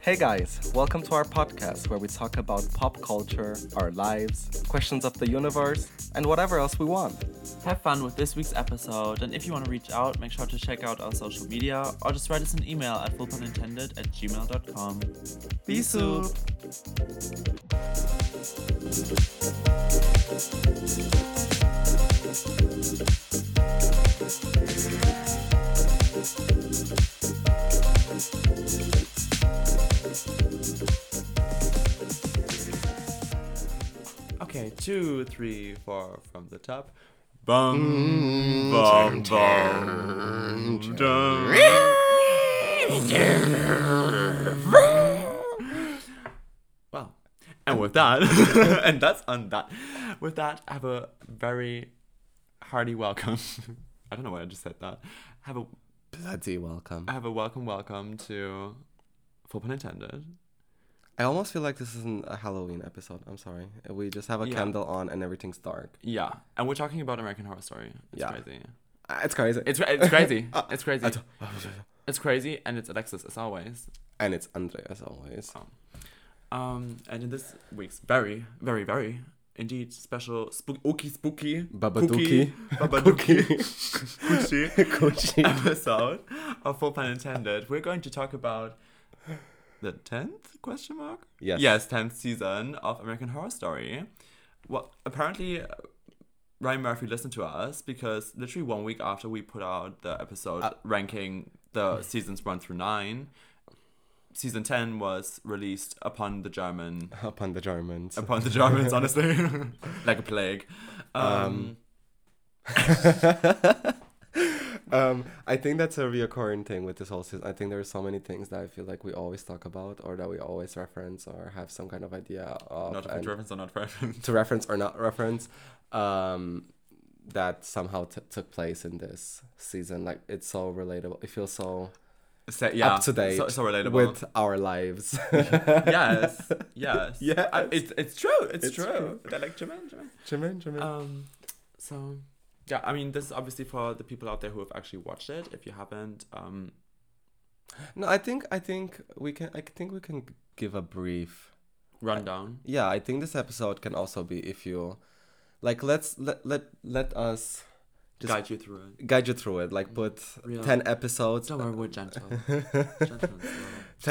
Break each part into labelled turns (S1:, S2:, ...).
S1: Hey guys, welcome to our podcast where we talk about pop culture, our lives, questions of the universe, and whatever else we want.
S2: Have fun with this week's episode, and if you want to reach out, make sure to check out our social media or just write us an email at fullpunintended at gmail.com.
S1: Be soup!
S2: Okay, two, three, four from the top. Bum, bum, bum, dum. Wow. And with that, and that's on that. With that, have a very hearty welcome. I don't know why I just said that. Have a
S1: Bloody welcome.
S2: have a welcome, welcome to full pun intended.
S1: I almost feel like this isn't a Halloween episode. I'm sorry. We just have a
S2: Yeah.
S1: candle on and everything's dark.
S2: Yeah, and we're talking about American Horror Story. It's
S1: Yeah.
S2: crazy.
S1: Ah, It's crazy.
S2: It's it's crazy.
S1: Ah,
S2: it's crazy.
S1: I don't-
S2: It's crazy, and it's Alexis as always.
S1: and it's Andre as always.
S2: Um, and in this week's very, very, very indeed special spooky, spooky,
S1: Babaduki.
S2: cookie, babaduki, coochie
S1: Gucci.
S2: episode of Full Pun Intended, we're going to talk about the tenth question mark.
S1: Yes.
S2: Yes, tenth season of American Horror Story. Well, apparently. uh, Ryan Murphy listened to us because literally one week after we put out the episode
S1: Uh,
S2: ranking the seasons one through nine, season ten was released upon the German
S1: Upon the Germans.
S2: upon the Germans, honestly, like a plague. Um,
S1: um, I think that's a reoccurring thing with this whole season. I think there are so many things that I feel like we always talk about, or that we always reference, or have some kind of idea of
S2: not if
S1: oh, and
S2: it's reference or not reference.
S1: to reference or not reference, um, that somehow t- took place in this season. Like it's so relatable. It feels so
S2: So, yeah,
S1: up to date
S2: So, so relatable.
S1: with our lives.
S2: yes, yes,
S1: Yes.
S2: I- it's it's true. It's,
S1: It's
S2: true.
S1: true.
S2: They're like German, German.
S1: Jermaine, Jermaine.
S2: Um, so yeah, I mean, this is obviously for the people out there who have actually watched it. If you haven't, um,
S1: no, I think I think we can. I think we can g- give a brief
S2: rundown.
S1: yeah i think this episode can also be if you like let's let let, let us Just-
S2: guide you through it.
S1: guide you through it like put
S2: Real.
S1: 10 episodes
S2: Don't worry, we're gentle. gentle and slow.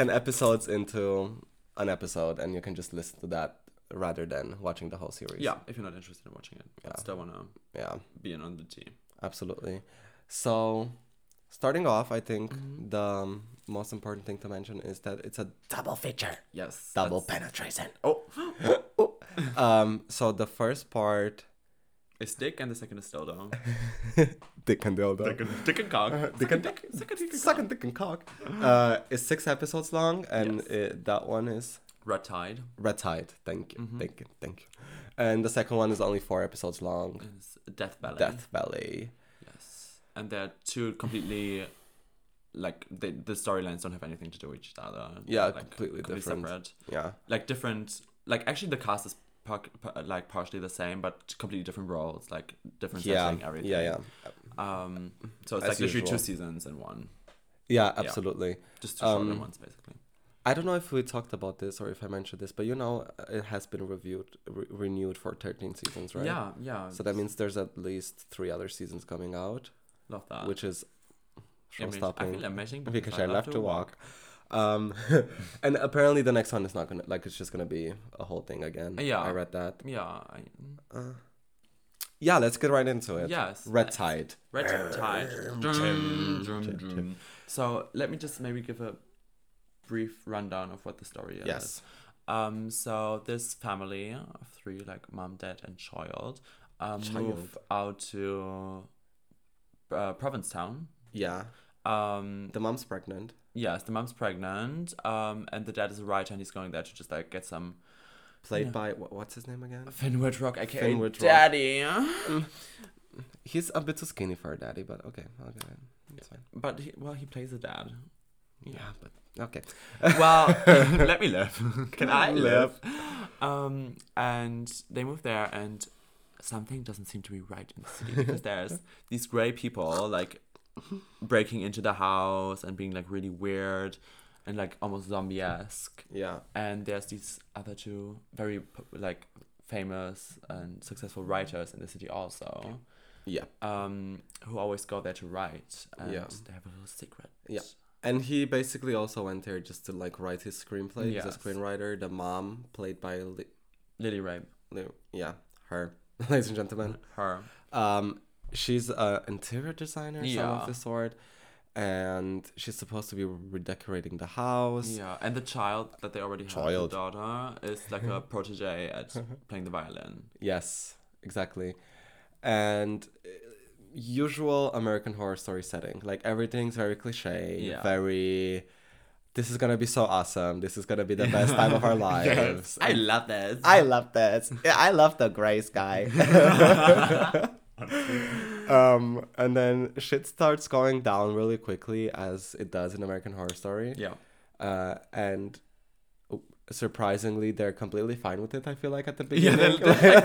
S1: 10 episodes into an episode and you can just listen to that rather than watching the whole series
S2: Yeah, if you're not interested in watching it,
S1: Yeah.
S2: but still wanna
S1: yeah
S2: be in on the team.
S1: absolutely so starting off i think
S2: Mm-hmm.
S1: the um, most important thing to mention is that it's a double feature
S2: Yes,
S1: double
S2: that's-
S1: penetration
S2: Oh,
S1: um so the first part
S2: it's dick, and the second is still down.
S1: dick and dildo
S2: Dick and, dick and cock. Uh, Dick and dick. Dick and cock.
S1: Second dick and cock. Uh, is six episodes long, and
S2: Yes.
S1: it, that one is
S2: Red Tide.
S1: Red Tide. Thank you,
S2: Mm-hmm.
S1: thank you, thank you. And the second one is only four episodes long.
S2: It's Death Valley.
S1: Death Valley.
S2: Yes. And they're two completely, like, they, the storylines don't have anything to do with each other. They're,
S1: Yeah,
S2: like,
S1: completely different.
S2: separate.
S1: Yeah,
S2: Like, different, like, actually the cast is, par- par- like, partially the same, but completely different roles, like, different
S1: yeah,
S2: setting, everything.
S1: yeah, yeah,
S2: Um, so it's,
S1: As
S2: like, literally
S1: usual.
S2: two seasons in one.
S1: yeah. Absolutely.
S2: Just two shorter
S1: Um,
S2: ones, basically.
S1: I don't know if we talked about this or if I mentioned this, but you know, uh, it has been reviewed, re- renewed for thirteen seasons, right?
S2: Yeah, yeah.
S1: So that means there's at least three other seasons coming out,
S2: Love that.
S1: which is
S2: Amazing. Uh, I feel
S1: stopping.
S2: amazing
S1: because I love to walk. Um, and apparently the next one is not gonna like it's just gonna be a whole thing again.
S2: Yeah.
S1: I read that.
S2: Yeah. I,
S1: Yeah, let's get right into it.
S2: yes.
S1: Red Tide.
S2: Red Tide. Drum, drum, drum. So let me just maybe give a brief rundown of what the story is.
S1: Yes.
S2: Um. So this family of three, like mom, dad, and child, um, move out to uh, Provincetown.
S1: Yeah.
S2: Um.
S1: The mom's pregnant.
S2: Yes, the mom's pregnant. Um. And the dad is a writer, and he's going there to just like get some
S1: Played
S2: Yeah.
S1: by wh- what's his name again?
S2: Finwood Rock, aka
S1: Fenwood Rock.
S2: Daddy.
S1: He's a bit too skinny for a daddy, but okay, okay, it's fine.
S2: But he, well, he plays a dad.
S1: Yeah, but okay.
S2: well, let me live. Can I live? Um, and they move there, and something doesn't seem to be right in the city because there's these gray people like breaking into the house and being like really weird. and like almost zombie esque.
S1: Yeah.
S2: And there's these other two very p- like famous and successful writers in the city also.
S1: Yeah.
S2: Um, who always go there to write and
S1: Yeah.
S2: they have a little secret.
S1: Yeah. And he basically also went there just to like write his screenplay. He's
S2: Yes.
S1: a screenwriter. The mom, played by, Li-
S2: Lily Ray,
S1: Li- yeah, her, ladies and gentlemen.
S2: her.
S1: Um, she's an interior designer, some
S2: Yeah.
S1: of the sort, and she's supposed to be redecorating the house.
S2: Yeah, and the child that they already have,
S1: Child.
S2: the daughter, is like a protege at playing the violin.
S1: Yes, exactly. And uh, usual American horror story setting. Like everything's very cliche,
S2: Yeah.
S1: very. This is gonna be so awesome. This is gonna be the best time of our lives.
S2: I love this.
S1: I love this. Yeah, I love the Grace guy. um, and then shit starts going down really quickly as it does in American Horror Story.
S2: yeah.
S1: Uh, and surprisingly, they're completely fine with it. I feel like at the
S2: Yeah,
S1: beginning,
S2: they're, they're like,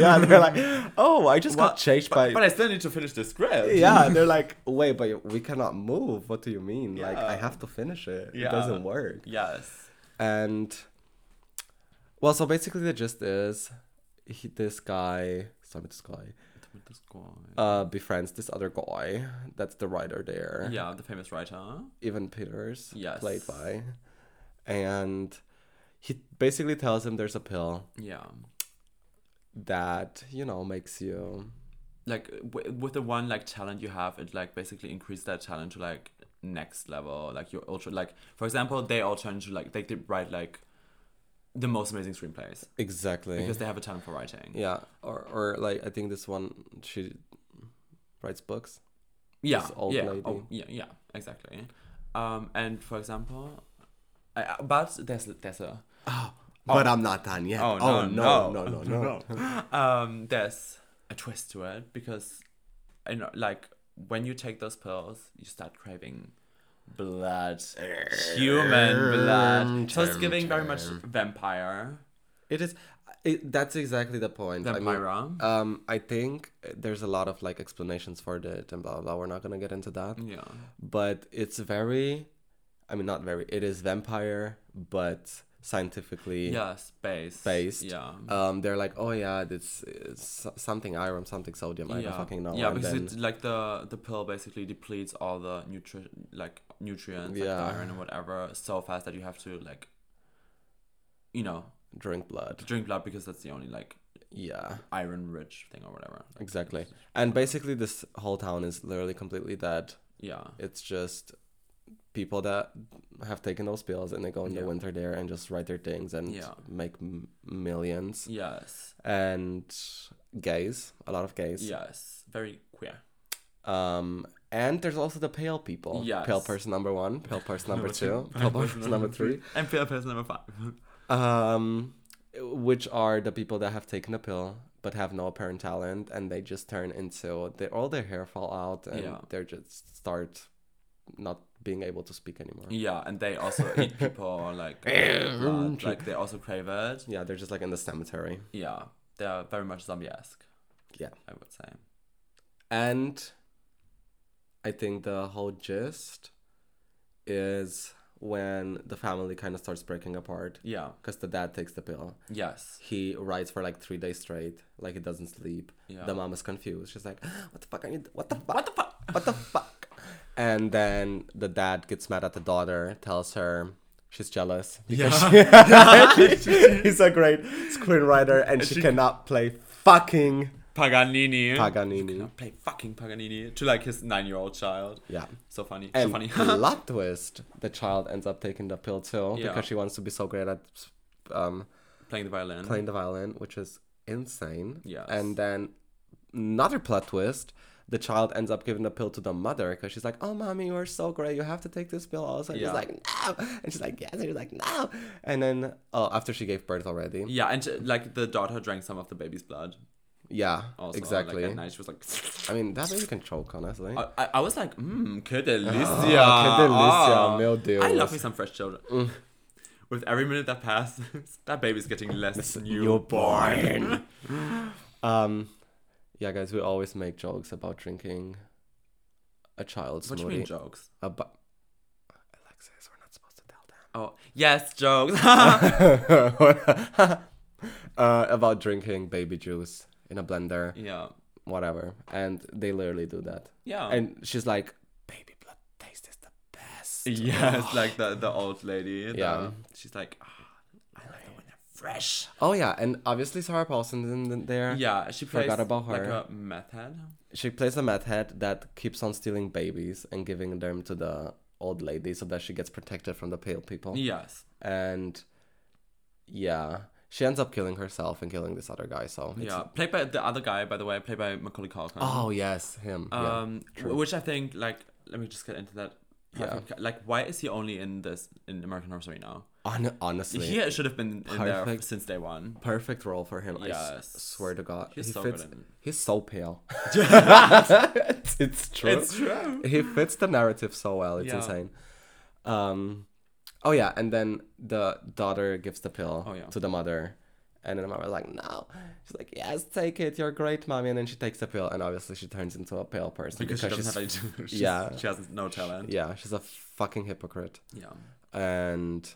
S1: yeah, they're like, oh, I just
S2: Well,
S1: got chased by.
S2: but, but I still need to finish the script.
S1: yeah, they're like, wait, but we cannot move. What do you mean? Like, I
S2: Yeah.
S1: have to finish it.
S2: Yeah.
S1: It doesn't work.
S2: Yes.
S1: And well, so basically the gist is he, this guy, sorry, this guy, uh, befriends this other guy that's the writer there,
S2: yeah, the famous writer.
S1: Evan Peters,
S2: Yes.
S1: played by, and he basically tells him there's a pill
S2: Yeah.
S1: that you know makes you
S2: Like w- with the one like talent you have, it like basically increased that talent to like next level. Like you're ultra like for example, they all turn to like they did write like the most amazing screenplays
S1: exactly
S2: because they have a talent for writing.
S1: yeah or or like I think this one she writes books
S2: yeah
S1: this old
S2: yeah,
S1: lady.
S2: oh, yeah yeah exactly um and for example I, I- but there's there's a
S1: but I'm not done yet Oh,
S2: um there's a twist to it because you know like when you take those pills you start craving blood human blood so it's giving very much vampire
S1: it is it, that's exactly the point I mean,
S2: vampira
S1: Um, I think there's a lot of like explanations for that and blah blah. blah. We're not gonna get into that,
S2: yeah
S1: but it's very, I mean, not very. It is vampire, but scientifically
S2: yeah space
S1: based.
S2: yeah
S1: Um, they're like, oh yeah, it's, it's something iron, something sodium. I don't fucking know.
S2: Yeah,
S1: and
S2: because
S1: then,
S2: it, like the the pill basically depletes all the nutri- like nutrients,
S1: Yeah.
S2: like the iron and whatever, so fast that you have to like, you know,
S1: drink blood.
S2: drink blood because that's the only like
S1: Yeah,
S2: iron rich thing or whatever. Like,
S1: exactly. And basically, this whole town is literally completely dead.
S2: Yeah.
S1: It's just people that have taken those pills and they go in
S2: Yeah.
S1: the winter there and just write their things and
S2: Yeah.
S1: make m- millions.
S2: Yes.
S1: and gays, a lot of gays.
S2: Yes. Very queer.
S1: Um, and there's also the pale people.
S2: Yes.
S1: Pale person number one, pale person number two, pale person number three.
S2: And pill person number five.
S1: Um, which are the people that have taken a pill but have no apparent talent, and they just turn into they all their hair fall out, and
S2: Yeah.
S1: they're just start not being able to speak anymore.
S2: yeah, and they also eat people like blood, like they also crave it.
S1: Yeah, they're just like in the cemetery.
S2: Yeah, they're very much zombie esque.
S1: Yeah.
S2: I would say.
S1: And I think the whole gist is when the family kind of starts breaking apart
S2: Yeah.
S1: because the dad takes the pill.
S2: Yes.
S1: He rides for like three days straight, like he doesn't sleep.
S2: Yeah.
S1: The mom is confused. She's like, "What the fuck? I need what the fuck?
S2: What the fuck?
S1: What the fuck?" And then the dad gets mad at the daughter, tells her she's jealous because she- he's a great screenwriter and, she, cannot play fucking
S2: Paganini.
S1: Paganini.
S2: Play fucking Paganini to like his nine year old child.
S1: Yeah.
S2: So funny.
S1: And
S2: so funny.
S1: plot twist: the child ends up taking the pill too
S2: Yeah.
S1: because she wants to be so great at um,
S2: Playing the violin.
S1: playing the violin, which is insane.
S2: Yes.
S1: And then another plot twist: the child ends up giving the pill to the mother because she's like, "Oh, mommy, you are so great. You have to take this pill also." And
S2: Yeah.
S1: She's like, "No," and she's like, "Yes," and she's like, "No." And then, oh, after she gave birth already.
S2: Yeah, and uh, like the daughter drank some of the baby's blood.
S1: Yeah,
S2: Also,
S1: exactly.
S2: Like, at night Uh, she was like,
S1: I mean, that baby can choke, honestly.
S2: I, I, I was like, mmm, que
S1: que
S2: delicia.
S1: delicia, Mm.
S2: Ah.
S1: meu Deus.
S2: I love me some fresh children. With every minute that passes, that baby's getting less newborn.
S1: Um, yeah, guys, we always make jokes about drinking a child's
S2: What do you
S1: smoothie.
S2: mean jokes?
S1: Abo- Alexis, we're not supposed to
S2: Oh, yes, jokes.
S1: uh, about drinking baby juice in a blender,
S2: yeah.
S1: whatever. And they literally do that.
S2: Yeah.
S1: And she's like, baby blood taste is the best.
S2: yes, like the the old lady. the-
S1: Yeah.
S2: she's like, "Ah, I like it when they're fresh.
S1: Oh, yeah. And obviously, Sarah Paulson's in th- there.
S2: Yeah, she plays
S1: Forgot about
S2: like
S1: her.
S2: a meth head.
S1: She plays a meth head that keeps on stealing babies and giving them to the old lady so that she gets protected from the pale people.
S2: Yes.
S1: And yeah, she ends up killing herself and killing this other guy. So it's-
S2: Yeah, played by the other guy, by the way, played by Macaulay Culkin.
S1: Oh, yes, him. yeah.
S2: um, w- which I think like let me just get into that.
S1: Yeah.
S2: Perfect. ca- Like, why is he only in this in American Horror Story now?
S1: Hon- honestly.
S2: Uh, He should have been in there
S1: Perfect.
S2: since day one.
S1: perfect role for him. I s-
S2: Yes.
S1: swear to God,
S2: He's
S1: he
S2: so
S1: fits.
S2: good in it.
S1: He's so pale. it's, it's true.
S2: true.
S1: he fits the narrative so well. It's
S2: Yeah.
S1: insane. Um, oh yeah, and then the daughter gives the pill
S2: Oh, yeah.
S1: to the mother, and then the mother's like, "No," she's like, "Yes, take it. You're great, mommy." And then she takes the pill, and obviously she turns into a pale person
S2: Because she
S1: she's
S2: doesn't have any. she's-
S1: yeah.
S2: She has no talent.
S1: yeah, she's a fucking hypocrite.
S2: Yeah.
S1: and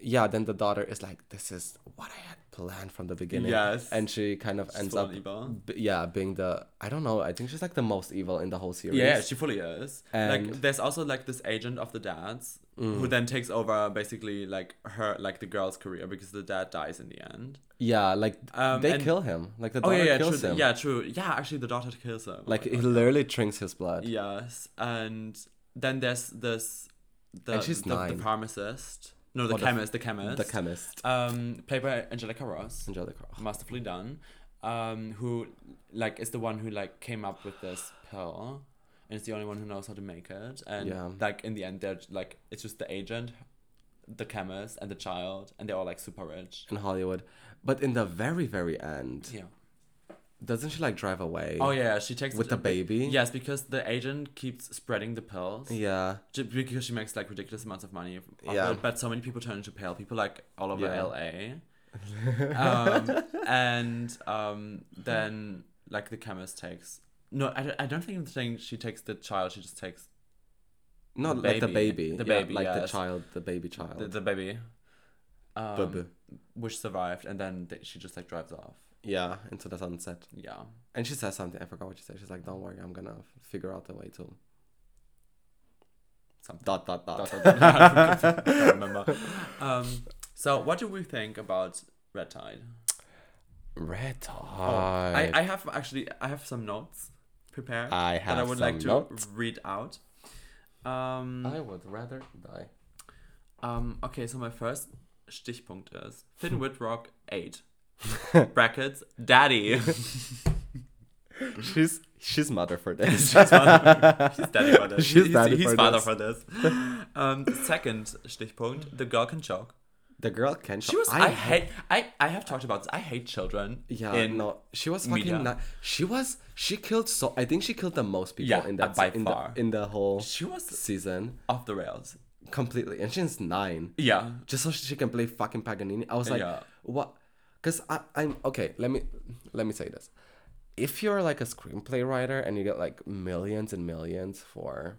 S1: yeah then the daughter is like this is what i had planned from the beginning
S2: Yes.
S1: and she kind of ends
S2: full
S1: up
S2: on evil.
S1: b- yeah being the i don't know i think she's like the most evil in the whole series
S2: Yeah, she fully is.
S1: And- Mm.
S2: like, there's also like this agent of the dad's who then takes over basically like her like the girl's career because the dad dies in the end.
S1: yeah like
S2: Um,
S1: they
S2: and-
S1: kill him like the
S2: Oh
S1: daughter
S2: yeah, yeah,
S1: kills
S2: true.
S1: him
S2: Yeah, true. Yeah, actually, the daughter kills him. Oh
S1: like
S2: my
S1: he
S2: God.
S1: literally drinks his blood
S2: Yes, and then there's this the
S1: And she's
S2: the, the
S1: nine.
S2: pharmacist. No, the
S1: Or the-
S2: chemist. The, chemist.
S1: the chemist
S2: um, played by Angelica Ross,
S1: angelica oh,
S2: masterfully done. Um, who like is the one who like came up with this pill, and is the only one who knows how to make it. And
S1: Yeah.
S2: like in the end, they're like it's just the agent, the chemist, and the child, and they're all like super rich.
S1: in hollywood but in the very very end
S2: Yeah.
S1: doesn't she like drive away
S2: Oh yeah, she takes
S1: with the baby
S2: Yes, because the agent keeps spreading the pills.
S1: yeah
S2: Ju- because she makes like ridiculous amounts of money. off
S1: Yeah.
S2: it, but so many people turn into pale people, like all over
S1: Yeah.
S2: LA. um, and um, then like the chemist takes. No, I don't, I don't think the thing she takes the child. She just takes
S1: not
S2: The
S1: like the
S2: baby.
S1: baby
S2: The
S1: yeah,
S2: baby,
S1: like the
S2: yes.
S1: child the baby child
S2: the, the baby, um,
S1: Baby.
S2: which survived, and then th- she just like drives off.
S1: yeah into the sunset
S2: Yeah,
S1: And she says something. I forgot what she said. She's like, "Don't worry, I'm gonna figure out a way to."
S2: something.
S1: Dot dot
S2: Dot,
S1: dot.
S2: dot, dot. Oh, I can't remember. Um, so what do we think about Red Tide?
S1: Red tide.
S2: I, I have actually I have some notes prepared.
S1: I have
S2: that I would like
S1: some
S2: to
S1: notes.
S2: read out. Um,
S1: I would rather die.
S2: um, okay, so my first Stichpunkt is
S1: Hmm.
S2: Finn Whitrock 8. Brackets, daddy.
S1: She's she's mother for this.
S2: She's father- She's daddy for this.
S1: She's
S2: he's,
S1: daddy
S2: he's
S1: for
S2: father
S1: this.
S2: for this. Um, second Stichpunkt, the girl can choke.
S1: the girl can.
S2: She was, I, hate, I, I have talked about this. I hate children.
S1: Yeah,
S2: in-
S1: no, she was fucking.
S2: media.
S1: Not, she was. She killed so. I think she killed the most people
S2: Yeah,
S1: in that
S2: by
S1: se- in
S2: far.
S1: the in the whole
S2: She was
S1: season
S2: off the rails.
S1: completely. And she's nine.
S2: Yeah.
S1: just so she can play fucking Paganini. I was like,
S2: Yeah.
S1: what? Because I'm okay. Let me let me say this: if you're like a screenplay writer and you get like millions and millions for,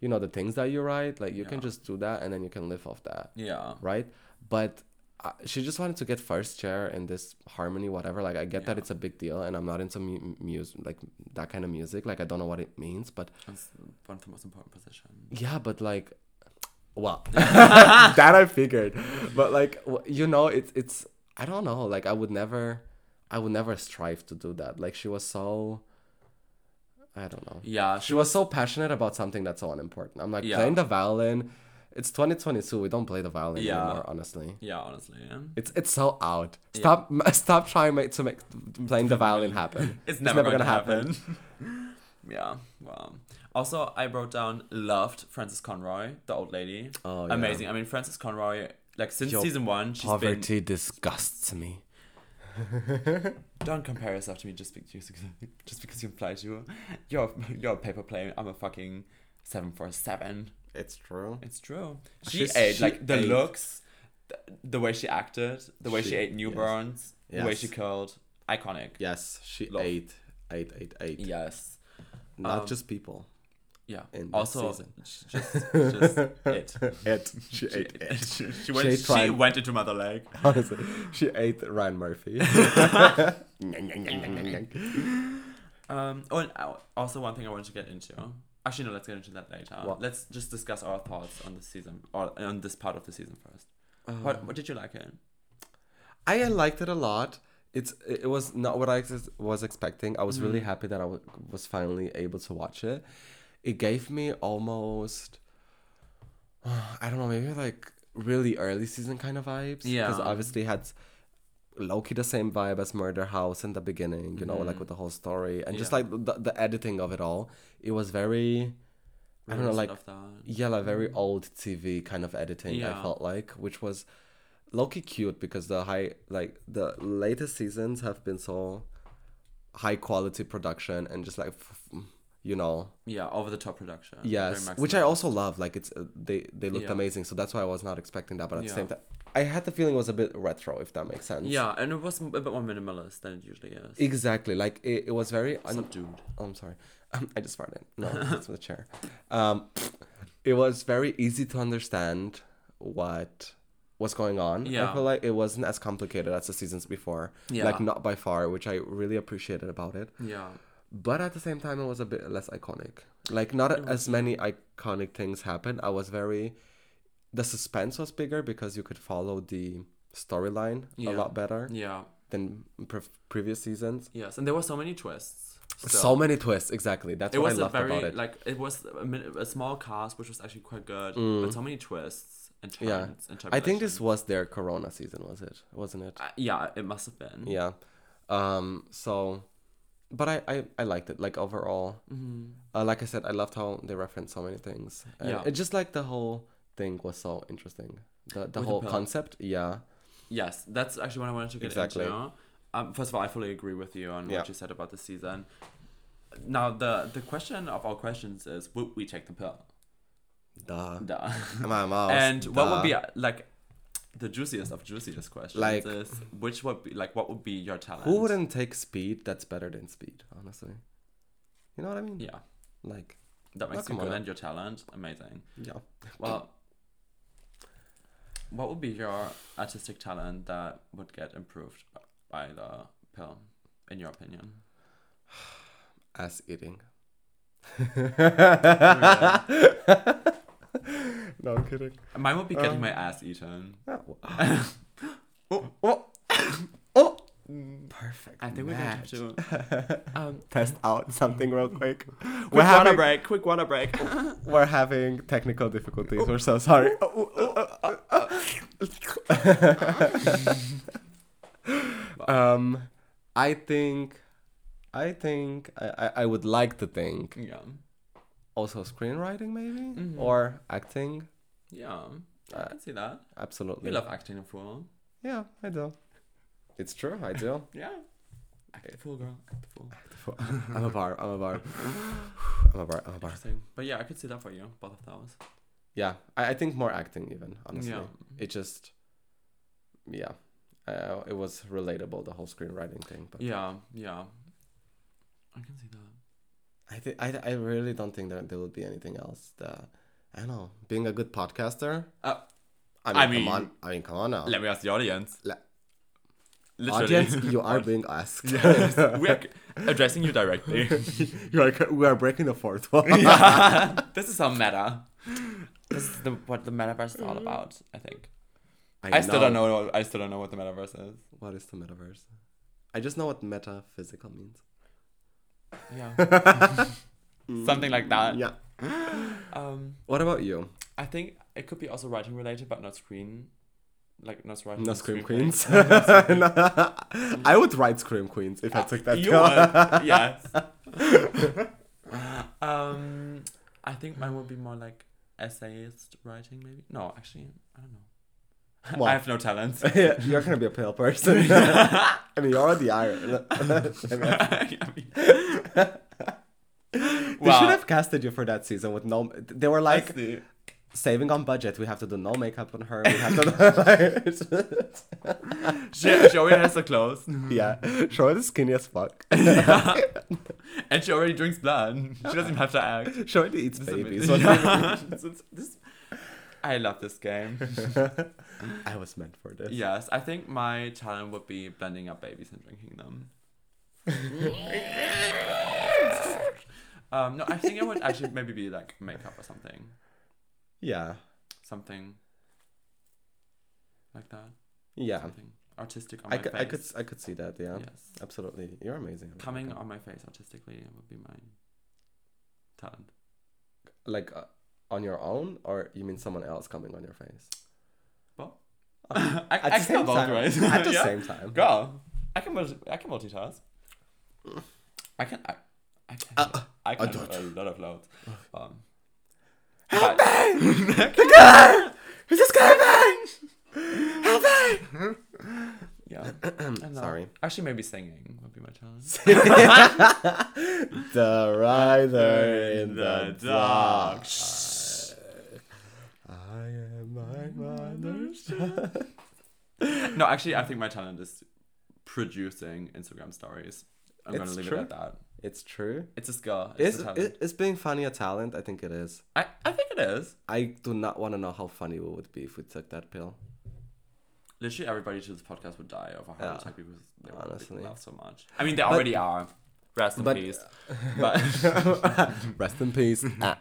S1: you know, the things that you write, like you can just do that and then you can live off that,
S2: Yeah.
S1: right? But uh, she just wanted to get first chair in this harmony, whatever. Like I get that it's a big deal, and I'm not into mu- music, like that kind of music. Like I don't know what it means, but
S2: That's one of the most important positions.
S1: yeah, but like, well, that I figured. But like, w- you know, it's it's I don't know. Like, I would never, I would never strive to do that. Like, she was so, I don't know.
S2: Yeah,
S1: She was so passionate about something that's so unimportant. I'm like
S2: Yeah.
S1: playing the violin. It's 2022. We don't play the violin
S2: Yeah.
S1: anymore. Honestly,
S2: Yeah, honestly. yeah.
S1: it's it's so out. Stop stop trying ma- to make playing the violin happen.
S2: It's never, going to happen. yeah, wow. Also, I wrote down loved Frances Conroy, the old lady.
S1: Oh, yeah.
S2: Amazing. I mean, Frances Conroy, like since
S1: Yo,
S2: season one, she's been.
S1: Poverty disgusts me.
S2: Don't compare yourself to me just because just because you apply to you're you're a paper plane. I'm a fucking seven four seven.
S1: It's true.
S2: It's true. She
S1: She's-
S2: ate
S1: she
S2: like the
S1: ate.
S2: looks, the, the way she acted, the way she,
S1: She-
S2: ate newborns, the way
S1: Yes.
S2: she curled, iconic.
S1: Yes, she
S2: Love.
S1: ate, ate, ate, ate.
S2: Yes.
S1: Not
S2: Um,
S1: just people.
S2: Yeah.
S1: in this
S2: also,
S1: season.
S2: j- just, just it.
S1: It. She
S2: She,
S1: ate it.
S2: she, she went.
S1: She
S2: She,
S1: tried-
S2: went into mother leg.
S1: Honestly, she ate Ryan Murphy.
S2: Um. Oh, and I- also one thing I wanted to get into. Actually, no. Let's get into that later.
S1: What?
S2: Let's just discuss our thoughts on this season or on this part of the season first.
S1: Uh,
S2: what, what did you like in?
S1: I liked it a lot. It's it was not what I ex- was expecting. I was
S2: Mm-hmm.
S1: really happy that I wa- was finally able to watch it. It gave me almost I don't know, maybe like really early season kind of vibes.
S2: Yeah.
S1: because obviously it had Loki the same vibe as Murder House in the beginning. You know, like with the whole story and just
S2: Mm-hmm. Yeah.
S1: like the, the editing of it all. It was very I don't know, like
S2: Reminiscent of that.
S1: yeah, like very old TV kind of editing. I
S2: Mm. Yeah.
S1: felt like, which was low-key cute because the high, like the latest seasons have been so high quality production and just like, f- f- you know,
S2: yeah, over the top production. Very
S1: yes, which I
S2: maximal.
S1: also love. Like it's uh, they they looked
S2: Yeah.
S1: amazing, so that's why I was not expecting that. But at the
S2: Yeah.
S1: same time, I had the feeling it was a bit retro, if that makes sense.
S2: yeah, and it was a bit more minimalist than it usually is.
S1: exactly. Like it, it was very un-
S2: Subdued.
S1: Oh, I'm sorry. Um, I just farted. No, it's the chair. Um, it was very easy to understand what was going on. I
S2: Yeah.
S1: feel like it wasn't as complicated as the seasons before.
S2: Yeah.
S1: Like, not by far, which I really appreciated about it.
S2: Yeah.
S1: But at the same time, it was a bit less iconic. Like, not as many iconic things happened. I was very. The suspense was bigger because you could follow the storyline
S2: Yeah.
S1: a lot better
S2: Yeah.
S1: than pre- previous seasons.
S2: Yes, and there were so many twists.
S1: So,
S2: still.
S1: many twists, exactly. That's
S2: it
S1: what I
S2: was a
S1: loved about
S2: very
S1: it.
S2: like it was a, min- a small cast, which was actually quite good, but so many twists and turns
S1: Mm. Yeah.
S2: and
S1: I think this
S2: turns.
S1: was their Corona season, was it? Wasn't it?
S2: Uh, yeah, it must have been.
S1: Yeah. Um. So, but I I, I liked it. Like overall, uh, like I said, I loved how they referenced so many things. And
S2: Mm-hmm. Yeah.
S1: It just like the whole thing was so interesting. The the
S2: With the
S1: whole
S2: pill.
S1: concept. Yeah.
S2: Yes, that's actually what I wanted to get
S1: Exactly.
S2: into. Um, first of all, I fully agree with you on
S1: Yeah.
S2: what you said about the season. Now, the the question of all questions is: Would we take the pill?
S1: Duh.
S2: Duh.
S1: My mouse.
S2: and what would
S1: duh.
S2: be uh, like the juiciest of juiciest questions
S1: Like-
S2: is which would be like what would be your talent?
S1: Who wouldn't take speed? That's better than speed, honestly. You know what I mean?
S2: Yeah,
S1: Like.
S2: that makes
S1: Oh, come
S2: you good
S1: on.
S2: and your talent amazing.
S1: Yeah.
S2: Well, what would be your artistic talent that would get improved by the pill, in your opinion?
S1: ass eating.
S2: Oh
S1: no, I'm kidding.
S2: Mine would be getting my ass eaten.
S1: oh, oh, oh. Perfect.
S2: I think we're gonna have to um,
S1: test out something real quick.
S2: quick
S1: We're
S2: water
S1: having,
S2: break. Quick water break.
S1: we're having technical difficulties. We're so sorry. Oh, um, I think, I think, I, I, I would like to think
S2: yeah,
S1: also screenwriting maybe
S2: Mhm.
S1: or acting.
S2: yeah. I
S1: Uh,
S2: can see that.
S1: Absolutely.
S2: You love acting a fool.
S1: Yeah, I do. It's true, I do.
S2: Yeah. Act the fool, girl. Act the fool.
S1: I'm a bar. I'm a bar. I'm a bar. I'm a bar.
S2: Interesting. But yeah, I could see that for you. Both of those.
S1: Yeah, I, I think more acting even honestly.
S2: Yeah.
S1: It just, yeah, uh, it was relatable the whole screenwriting thing. But
S2: Yeah. Yeah. I can see that.
S1: I think I I really don't think that there would be anything else. That, I don't know. Being a good podcaster.
S2: Uh,
S1: I
S2: I
S1: mean,
S2: mean-
S1: come on. I mean, come on now.
S2: Let me ask the audience.
S1: Um, Le-
S2: Literally.
S1: Audience, you are being asked.
S2: we are addressing you directly.
S1: you are we are breaking the fourth wall.
S2: this is our meta. This is the, what the metaverse is all about. I think. I, still don't know. I still don't know what the metaverse is.
S1: What is the metaverse? I just know what metaphysical means.
S2: Yeah. Something like that.
S1: Yeah.
S2: Um,
S1: What about you?
S2: I think it could be also writing related, but not screen, like not writing.
S1: No
S2: not
S1: Scream
S2: screenplay.
S1: Queens.
S2: No, not screen-
S1: I would write Scream Queens if I took that
S2: you
S1: job.
S2: would, yes. um, I think mine would be more like essayist writing, maybe. No, actually, I don't know.
S1: What?
S2: I have no talents.
S1: You're gonna be a pale person. I mean, you already are. they
S2: I mean,
S1: should
S2: Wow.
S1: have casted you for that season with no. They were
S2: I
S1: like,
S2: see.
S1: saving on budget. We have to do no makeup on her. We have to.
S2: She, she already has her clothes.
S1: yeah,
S2: Mm.
S1: Charlotte is skinny as fuck.
S2: and she already drinks blood. She doesn't have to act.
S1: Charlotte eats
S2: This is
S1: babies.
S2: amazing.
S1: What-
S2: Yeah. This- this- I love this game.
S1: I was meant for this.
S2: Yes, I think my talent would be blending up babies and drinking them. um, no, I think it would actually maybe be like makeup or something.
S1: Yeah,
S2: Something like that.
S1: yeah.
S2: Something artistic on
S1: I
S2: my
S1: could,
S2: face.
S1: I could, I could see that. Yeah,
S2: Yes.
S1: absolutely. You're amazing. at
S2: Coming
S1: makeup.
S2: on my face artistically would be my talent.
S1: like uh, on your own, or you mean someone else coming on your face?
S2: Well,
S1: Oh.
S2: I, I
S1: the
S2: can
S1: same
S2: both,
S1: time.
S2: right?
S1: At the
S2: Yeah.
S1: same time.
S2: Girl, I can multi- I can multitask. I can I, I can
S1: Uh,
S2: I can
S1: don't.
S2: do a lot of loads. Um,
S1: Help
S2: but-
S1: me! the guy! He's escaping! Help
S2: yeah.
S1: me!
S2: And, uh,
S1: Um, Sorry.
S2: Actually, maybe singing would be my challenge.
S1: The rider in the dark. I am my mother's child.
S2: no, actually, I think my talent is producing Instagram stories. I'm gonna
S1: It's
S2: leave
S1: true.
S2: it at that.
S1: It's true.
S2: It's a skill. It's
S1: Is,
S2: a talent.
S1: is, is being funny a talent? I think it is.
S2: I, I think it is.
S1: I do not want to know how funny we would be if we took that pill.
S2: Literally, everybody to this podcast would die of a heart
S1: Yeah.
S2: attack because they
S1: Honestly.
S2: honestly love so much. I mean, they already are. Rest in
S1: but-
S2: peace. But
S1: Rest in peace. Ah.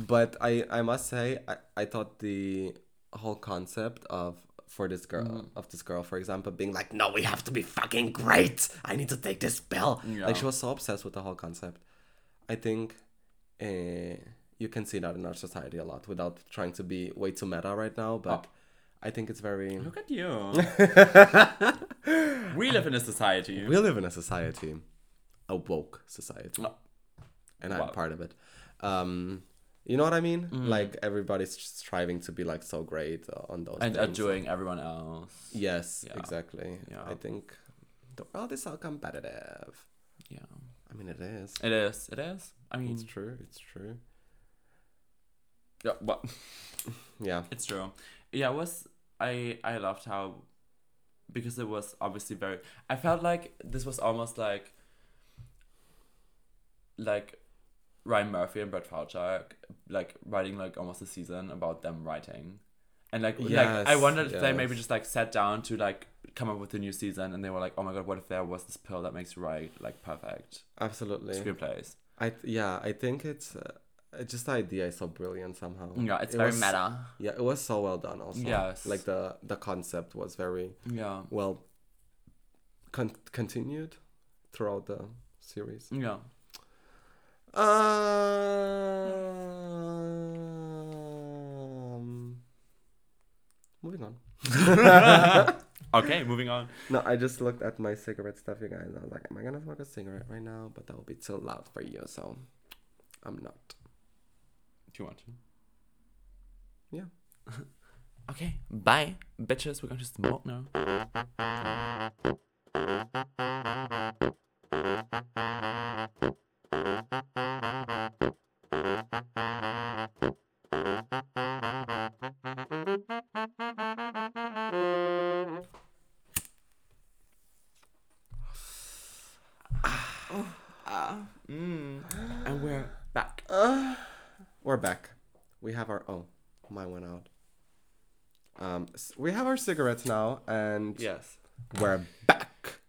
S1: but I, I must say, I, I thought the whole concept of for this girl of this girl, for example, being like, No, we have to be fucking great. I need to take this pill.
S2: Yeah.
S1: Like she was so obsessed with the whole concept. I think eh, you can see that in our society a lot without trying to be way too meta right now, but I think it's very
S2: Look at you. we live in a society.
S1: we live in a society, a woke society.
S2: Oh.
S1: and I'm
S2: Wow. Mm.
S1: part of it. Um, you know what I mean? Like everybody's striving to be like so great on those
S2: and
S1: things.
S2: outdoing everyone else.
S1: Yes,
S2: Yeah.
S1: exactly.
S2: Yeah.
S1: I think the world is so competitive.
S2: Yeah.
S1: I mean, it is.
S2: It is. It is. I
S1: It's
S2: mean,
S1: true. It's true.
S2: yeah, well,
S1: Yeah.
S2: it's true. Yeah, it was. I I loved how, because it was obviously very. I felt like this was almost like. Like, Ryan Murphy and Brett Falchuk, like writing like almost a season about them writing, and like like I
S1: Yes,
S2: wondered if they maybe
S1: yes.
S2: just like sat down to like come up with a new season, and they were like, oh my god, what if there was this pill that makes you write like perfect?
S1: Absolutely.
S2: screenplays.
S1: I th- yeah. I think it's uh, uh, just the idea is so brilliant somehow.
S2: Yeah, it's
S1: It
S2: very
S1: was-
S2: meta.
S1: Yeah, it was so well done. Also,
S2: Yes.
S1: Like the the concept was very
S2: Yeah.
S1: well con- continued throughout the series.
S2: Yeah.
S1: Um, moving on.
S2: Okay, moving on.
S1: No, I just looked at my cigarette stuff, you guys. and I was like, am I gonna smoke a cigarette right now? But that would be too loud for you, so I'm not.
S2: Do you want to?
S1: Yeah.
S2: okay. Bye, bitches. We're going to smoke now. Ah, mm. And we're back.
S1: We're back. We have our oh, mine went out. Um, s- we have our cigarettes now, and
S2: Yes.
S1: we're back.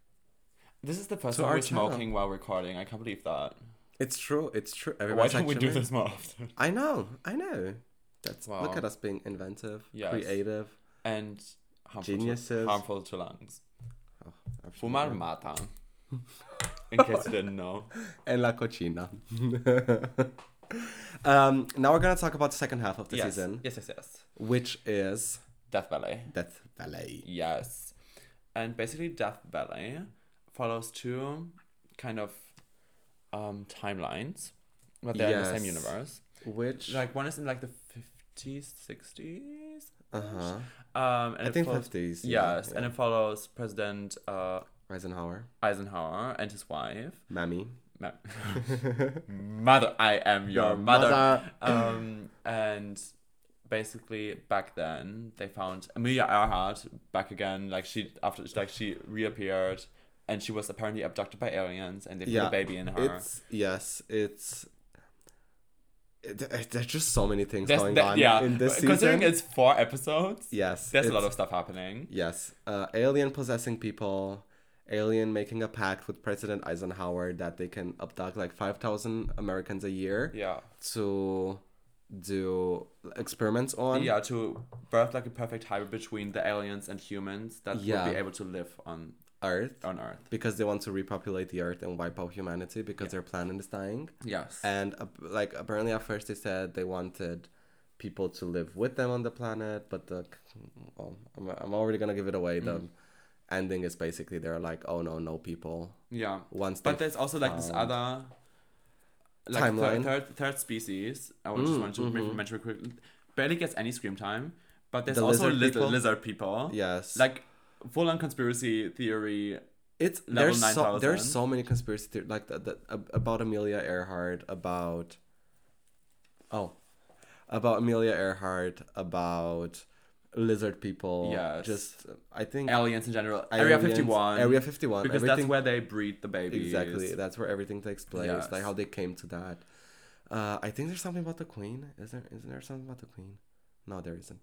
S2: This is the first
S1: To
S2: time
S1: our
S2: we're
S1: channel.
S2: smoking while recording. I can't believe that.
S1: It's true. It's true.
S2: Why
S1: Everybody's
S2: don't we do
S1: actually-
S2: this more often?
S1: I know. I know. That's
S2: Wow.
S1: look at us being inventive,
S2: Yes.
S1: creative.
S2: And harmful
S1: Geniuses.
S2: To, harmful to lungs. Fumar
S1: Absolutely.
S2: mata. In case you didn't know.
S1: and la cochina. um, now we're gonna talk about the second half of the
S2: yes.
S1: season,
S2: Yes, yes, yes.
S1: which is
S2: Death Ballet.
S1: Death Valley.
S2: Yes. And basically, Death Valley follows two kind of um, timelines, but they're in the same
S1: Yes.
S2: universe.
S1: Which
S2: Like, one is in like the 50s, 60s.
S1: uh huh.
S2: Um, and
S1: I
S2: it
S1: think
S2: follows,
S1: fifties.
S2: Yes,
S1: yeah.
S2: and it follows President uh,
S1: Eisenhower,
S2: Eisenhower and his wife.
S1: Mammy,
S2: Ma- mother, I am your, mother. Um, and basically back then they found Amelia Earhart back again. Like she after like she reappeared, and she was apparently abducted by aliens, and they put
S1: Yeah,
S2: a baby in her.
S1: It's yes, it's it, there's just so many things
S2: There's-
S1: going
S2: that-
S1: on
S2: yeah,
S1: in this
S2: considering
S1: season.
S2: it's four episodes,
S1: yes,
S2: there's a lot
S1: it's-
S2: of stuff happening.
S1: yes, uh, alien possessing people, alien making a pact with President Eisenhower that they can abduct like five thousand Americans a year
S2: Yeah,
S1: to do experiments on.
S2: yeah, to birth like a perfect hybrid between the aliens and humans that
S1: Yeah.
S2: would be able to live on
S1: Earth
S2: on Earth.
S1: because they want to repopulate the Earth and wipe out humanity because their planet is dying.
S2: Yes.
S1: And uh, like apparently at first they said they wanted people to live with them on the planet, but the well, I'm, I'm already gonna give it away. The
S2: Mm.
S1: ending is basically they're like, oh no, no people.
S2: yeah.
S1: Once
S2: But
S1: they
S2: there's also like this
S1: found-
S2: other like
S1: Timeline. Mm, mm-hmm.
S2: Third, third third species. I would just want to men- mention real quick. Barely gets any screen time, but there's
S1: The
S2: also
S1: lizard
S2: lizard
S1: people?
S2: lizard people.
S1: yes,
S2: Like full on conspiracy theory.
S1: it's
S2: level
S1: there's so
S2: 9000.
S1: there's so many conspiracy theories like the, the, ab- about Amelia Earhart about oh about Amelia Earhart about lizard people.
S2: Yes.
S1: just I think
S2: Aliens in general. Area
S1: Mm. aliens-
S2: fifty one.
S1: Area fifty one.
S2: because
S1: Everything
S2: that's where they breed the babies.
S1: Exactly. That's where everything takes place. Like
S2: Yes.
S1: how they came to that. Uh, I think there's something about the queen. Is there? Isn't there something about the queen? No, there isn't.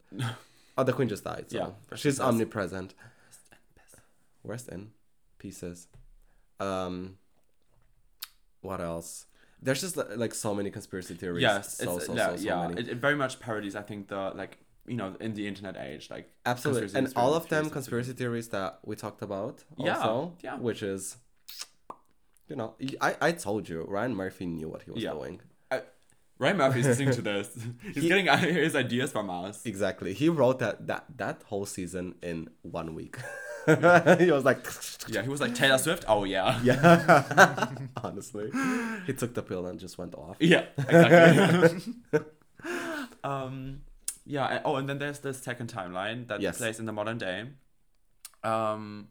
S1: oh, the queen just died. So
S2: Yeah, rest
S1: she's
S2: in peace.
S1: omnipresent. Rest in pieces. Um, what else? There's just li- like so many conspiracy theories.
S2: Yes,
S1: so
S2: it's,
S1: so
S2: yeah,
S1: so, so
S2: yeah.
S1: many.
S2: It, it very much parodies, I think, the like you know in the internet age, like
S1: Absolutely,
S2: conspiracy
S1: and all
S2: theories,
S1: of them
S2: theories,
S1: conspiracy theories that we talked about.
S2: Yeah,
S1: also,
S2: yeah.
S1: Which is, you know, I I told you Ryan Murphy knew what he was
S2: Yeah.
S1: doing.
S2: Ryan Murphy's listening to this. He's
S1: He-
S2: getting his ideas from us.
S1: Exactly. He wrote that that that whole season in one week. he was like,
S2: Yeah, he was like Taylor Swift. Oh yeah,
S1: yeah. Honestly, he took the pill and just went off.
S2: yeah, exactly. um, yeah. and- Oh, and then there's this second timeline that
S1: Yes.
S2: plays in the modern day. Um,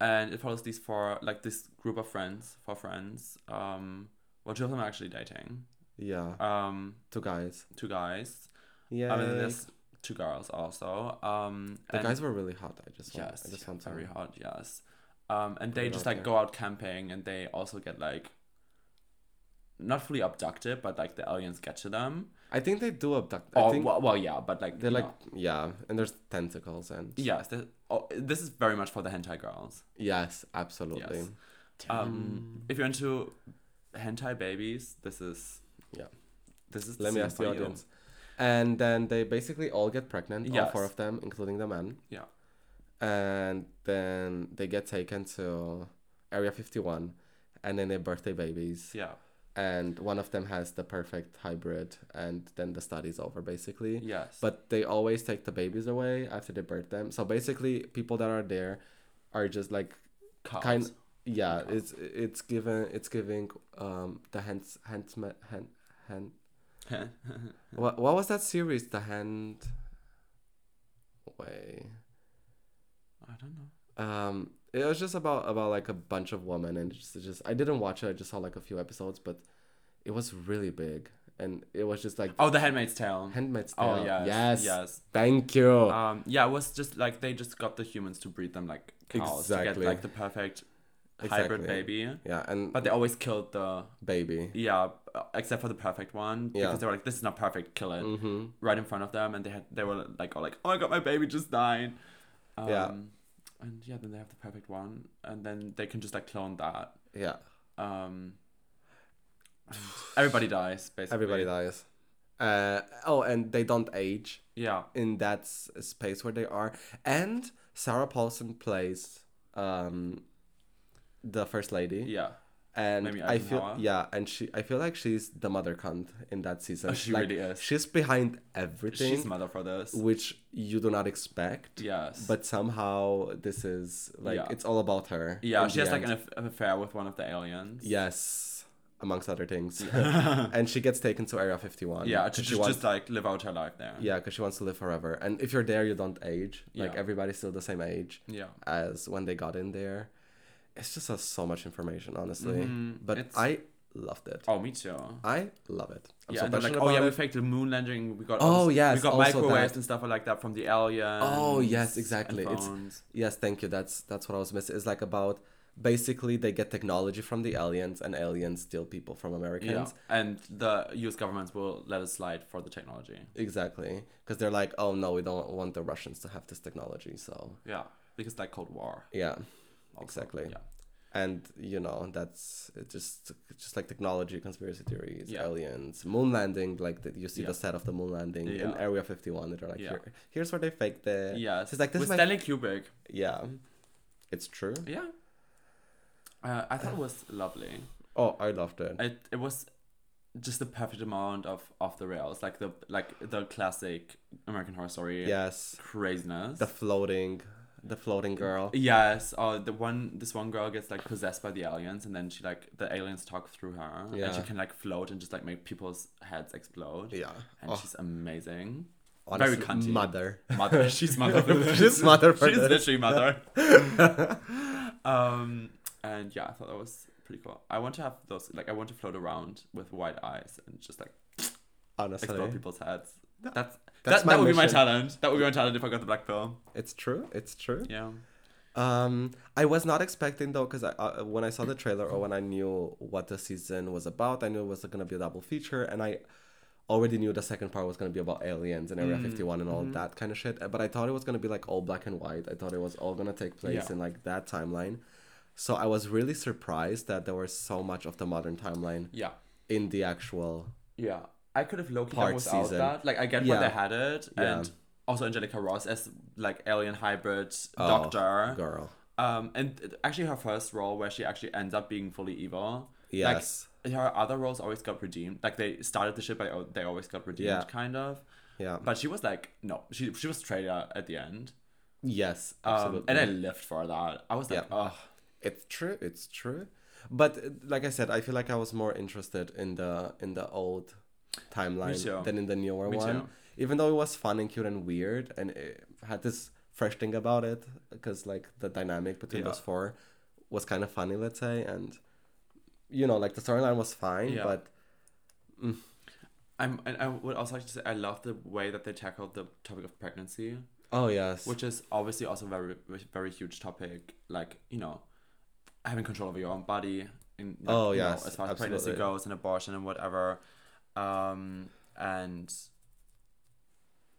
S2: and it follows these four, like this group of friends, four friends. Um, well, two of them are actually dating.
S1: Yeah.
S2: Um,
S1: Two guys.
S2: two guys.
S1: Yeah.
S2: I mean, there's two girls also. Um,
S1: the
S2: and
S1: guys were really hot. I just want,
S2: yes,
S1: I just
S2: yeah,
S1: want to.
S2: very hot. Yes, um, and they
S1: it
S2: just
S1: out
S2: like
S1: there.
S2: go out camping, and they also get like not fully abducted, but like the aliens get to them.
S1: I think they do abduct. I
S2: Oh,
S1: think
S2: well, well, yeah, but like
S1: they're
S2: you
S1: like
S2: know.
S1: yeah, and there's tentacles and
S2: yes. they- Oh, this is very much for the hentai girls.
S1: yes, absolutely.
S2: Yes. Um, if you're into hentai babies, this is
S1: Yeah.
S2: This is the
S1: Let me
S2: scene
S1: ask the
S2: for you.
S1: audience. And then they basically all get pregnant, all
S2: Yes.
S1: four of them, including the man.
S2: Yeah.
S1: And then they get taken to Area 51 and then they birth their babies.
S2: Yeah,
S1: And one of them has the perfect hybrid, and then the study's over basically.
S2: yes,
S1: But they always take the babies away after they birth them. So basically, people that are there are just like
S2: Cows.
S1: kind yeah,
S2: Yeah.
S1: it's it's given it's giving um the hands hands hand hand what what was that series? The hand. Way.
S2: I don't know.
S1: Um. It was just about about like a bunch of women and just just I didn't watch it. I just saw like a few episodes, but it was really big and it was just like
S2: Oh, The Handmaid's Tale.
S1: Handmaid's Tale.
S2: oh yes,
S1: yes. Oh.
S2: yes.
S1: Thank you.
S2: Um, yeah, it was just like they just got the humans to breed them like cows to
S1: Exactly.
S2: get like the perfect
S1: Exactly.
S2: hybrid baby.
S1: yeah, and
S2: But they always killed the
S1: baby.
S2: yeah, uh, except for the perfect one because
S1: Yeah.
S2: they were like, "This is not perfect, kill it!"
S1: Mm-hmm.
S2: Right in front of them, and they had they were like, "Oh, like oh my god, my baby just died." Um,
S1: Yeah.
S2: And yeah, then they have the perfect one, and then they can just like clone that.
S1: Yeah.
S2: Um, and everybody dies basically.
S1: Everybody dies. Uh. Oh, and they don't age.
S2: Yeah.
S1: in that s- space where they are. And Sarah Paulson plays um the first lady,
S2: Yeah.
S1: and
S2: Mamie
S1: I feel
S2: Eisenhower.
S1: yeah, and she I feel like she's the mother cunt in that season.
S2: Oh, she
S1: Like,
S2: really is.
S1: She's behind everything,
S2: She's mother for this.
S1: which you do not expect.
S2: Yes.
S1: But somehow this is like
S2: Yeah.
S1: it's all about her.
S2: yeah,
S1: in
S2: she
S1: the
S2: has like
S1: end.
S2: an, aff- an affair with one of the aliens.
S1: yes, amongst other things, and she gets taken to Area Fifty One.
S2: Yeah, to
S1: she
S2: just,
S1: wants
S2: just like live out her life there.
S1: Yeah, because she wants to live forever. And if you're there, you don't age. Like
S2: Yeah.
S1: everybody's still the same age
S2: Yeah.
S1: as when they got in there. It's just uh, so much information, honestly.
S2: Mhm,
S1: But
S2: it's-
S1: I loved it.
S2: Oh, me too.
S1: I love it. I'm
S2: yeah,
S1: so
S2: and then,
S1: passionate
S2: like,
S1: about
S2: oh yeah, we
S1: it.
S2: faked the moon landing. We got
S1: Oh,
S2: all this-
S1: yes,
S2: we got
S1: also
S2: microwaves
S1: that.
S2: and stuff like that from the alien.
S1: Oh, yes, exactly. It's-
S2: phones.
S1: Yes, thank you. That's that's what I was missing. It's like about basically they get technology from the aliens and aliens steal people from
S2: yeah,
S1: Americans.
S2: and the U.S. governments will let us slide for the technology.
S1: Exactly. Because they're like, oh no, we don't want the Russians to have this technology. So
S2: Yeah, because like Cold War.
S1: yeah,
S2: also.
S1: Exactly.
S2: Yeah.
S1: and you know that's it just it's just like technology, conspiracy theories,
S2: Yeah.
S1: aliens, moon landing. Like that you see
S2: Yeah.
S1: the set of the moon landing in
S2: Yeah.
S1: Area Fifty One. They're like,
S2: Yeah.
S1: Here, here's where they faked it.
S2: Yes.
S1: It's like this
S2: with
S1: is my-
S2: Stanley Kubrick.
S1: yeah, it's true.
S2: Yeah. Uh, I thought it was lovely.
S1: Oh, I loved it.
S2: It it was just the perfect amount of off the rails, like the like the classic American Horror Story
S1: Yes,
S2: craziness.
S1: the floating, the floating girl.
S2: Yes. Oh, the one. This one girl gets like possessed by the aliens, and then she like the aliens talk through her, and she
S1: Yeah.
S2: can like float and just like make people's heads explode.
S1: Yeah,
S2: And
S1: Oh,
S2: she's amazing.
S1: honestly,
S2: very cunty.
S1: mother.
S2: Mother. She's mother. for this.
S1: She's mother for
S2: She's
S1: this.
S2: literally mother. um. And yeah, I thought that was pretty cool. I want to have those. Like, I want to float around with wide eyes and just like
S1: Honestly,
S2: explode people's heads.
S1: Oh, That-
S2: That's,
S1: that's
S2: that, that
S1: my
S2: would be my
S1: mission.
S2: talent. That would be my talent if I got the black pill.
S1: it's true. It's true.
S2: Yeah.
S1: Um, I was not expecting though, because I, uh, when I saw the trailer or when I knew what the season was about, I knew it was gonna be a double feature, and I already knew the second part was gonna be about aliens and Area
S2: Mm,
S1: 51 and all
S2: mhm.
S1: that kind of shit. uh, But I thought it was gonna be like all black and white. I thought it was all gonna take place
S2: Yeah.
S1: in like that timeline. So I was really surprised that there was so much of the modern timeline
S2: Yeah.
S1: in the actual.
S2: Yeah, I could have looked
S1: Part
S2: that without
S1: season.
S2: that. Like I get
S1: Yeah.
S2: why they had it,
S1: Yeah.
S2: and also Angelica Ross as like alien hybrid
S1: Oh,
S2: doctor.
S1: girl.
S2: Um, and it- actually her first role where she actually ends up being fully evil.
S1: Yes.
S2: Like her other roles always got redeemed. Like they started the ship, but al- they always got redeemed,
S1: Yeah.
S2: kind of.
S1: yeah.
S2: But she was like, no, she she was straight out at the end.
S1: Yes.
S2: Um, and I lived for that. I was like,
S1: Yeah.
S2: oh,
S1: It's true. It's true. But uh, like I said, I feel like I was more interested in the in the old
S2: too.
S1: timeline than in the newer
S2: Me
S1: one.
S2: too.
S1: Even though it was fun and cute and weird, and it had this fresh thing about it, because like the dynamic between
S2: Yeah.
S1: those four was kind of funny, let's say, and you know, like the storyline was fine,
S2: Yeah.
S1: but
S2: I'm. And I would also like to say I love the way that they tackled the topic of pregnancy.
S1: oh yes,
S2: which is obviously also a very very huge topic like you know having control over your own body in like,
S1: Oh,
S2: you know,
S1: yes,
S2: as far as pregnancy
S1: absolutely.
S2: goes and abortion and whatever um and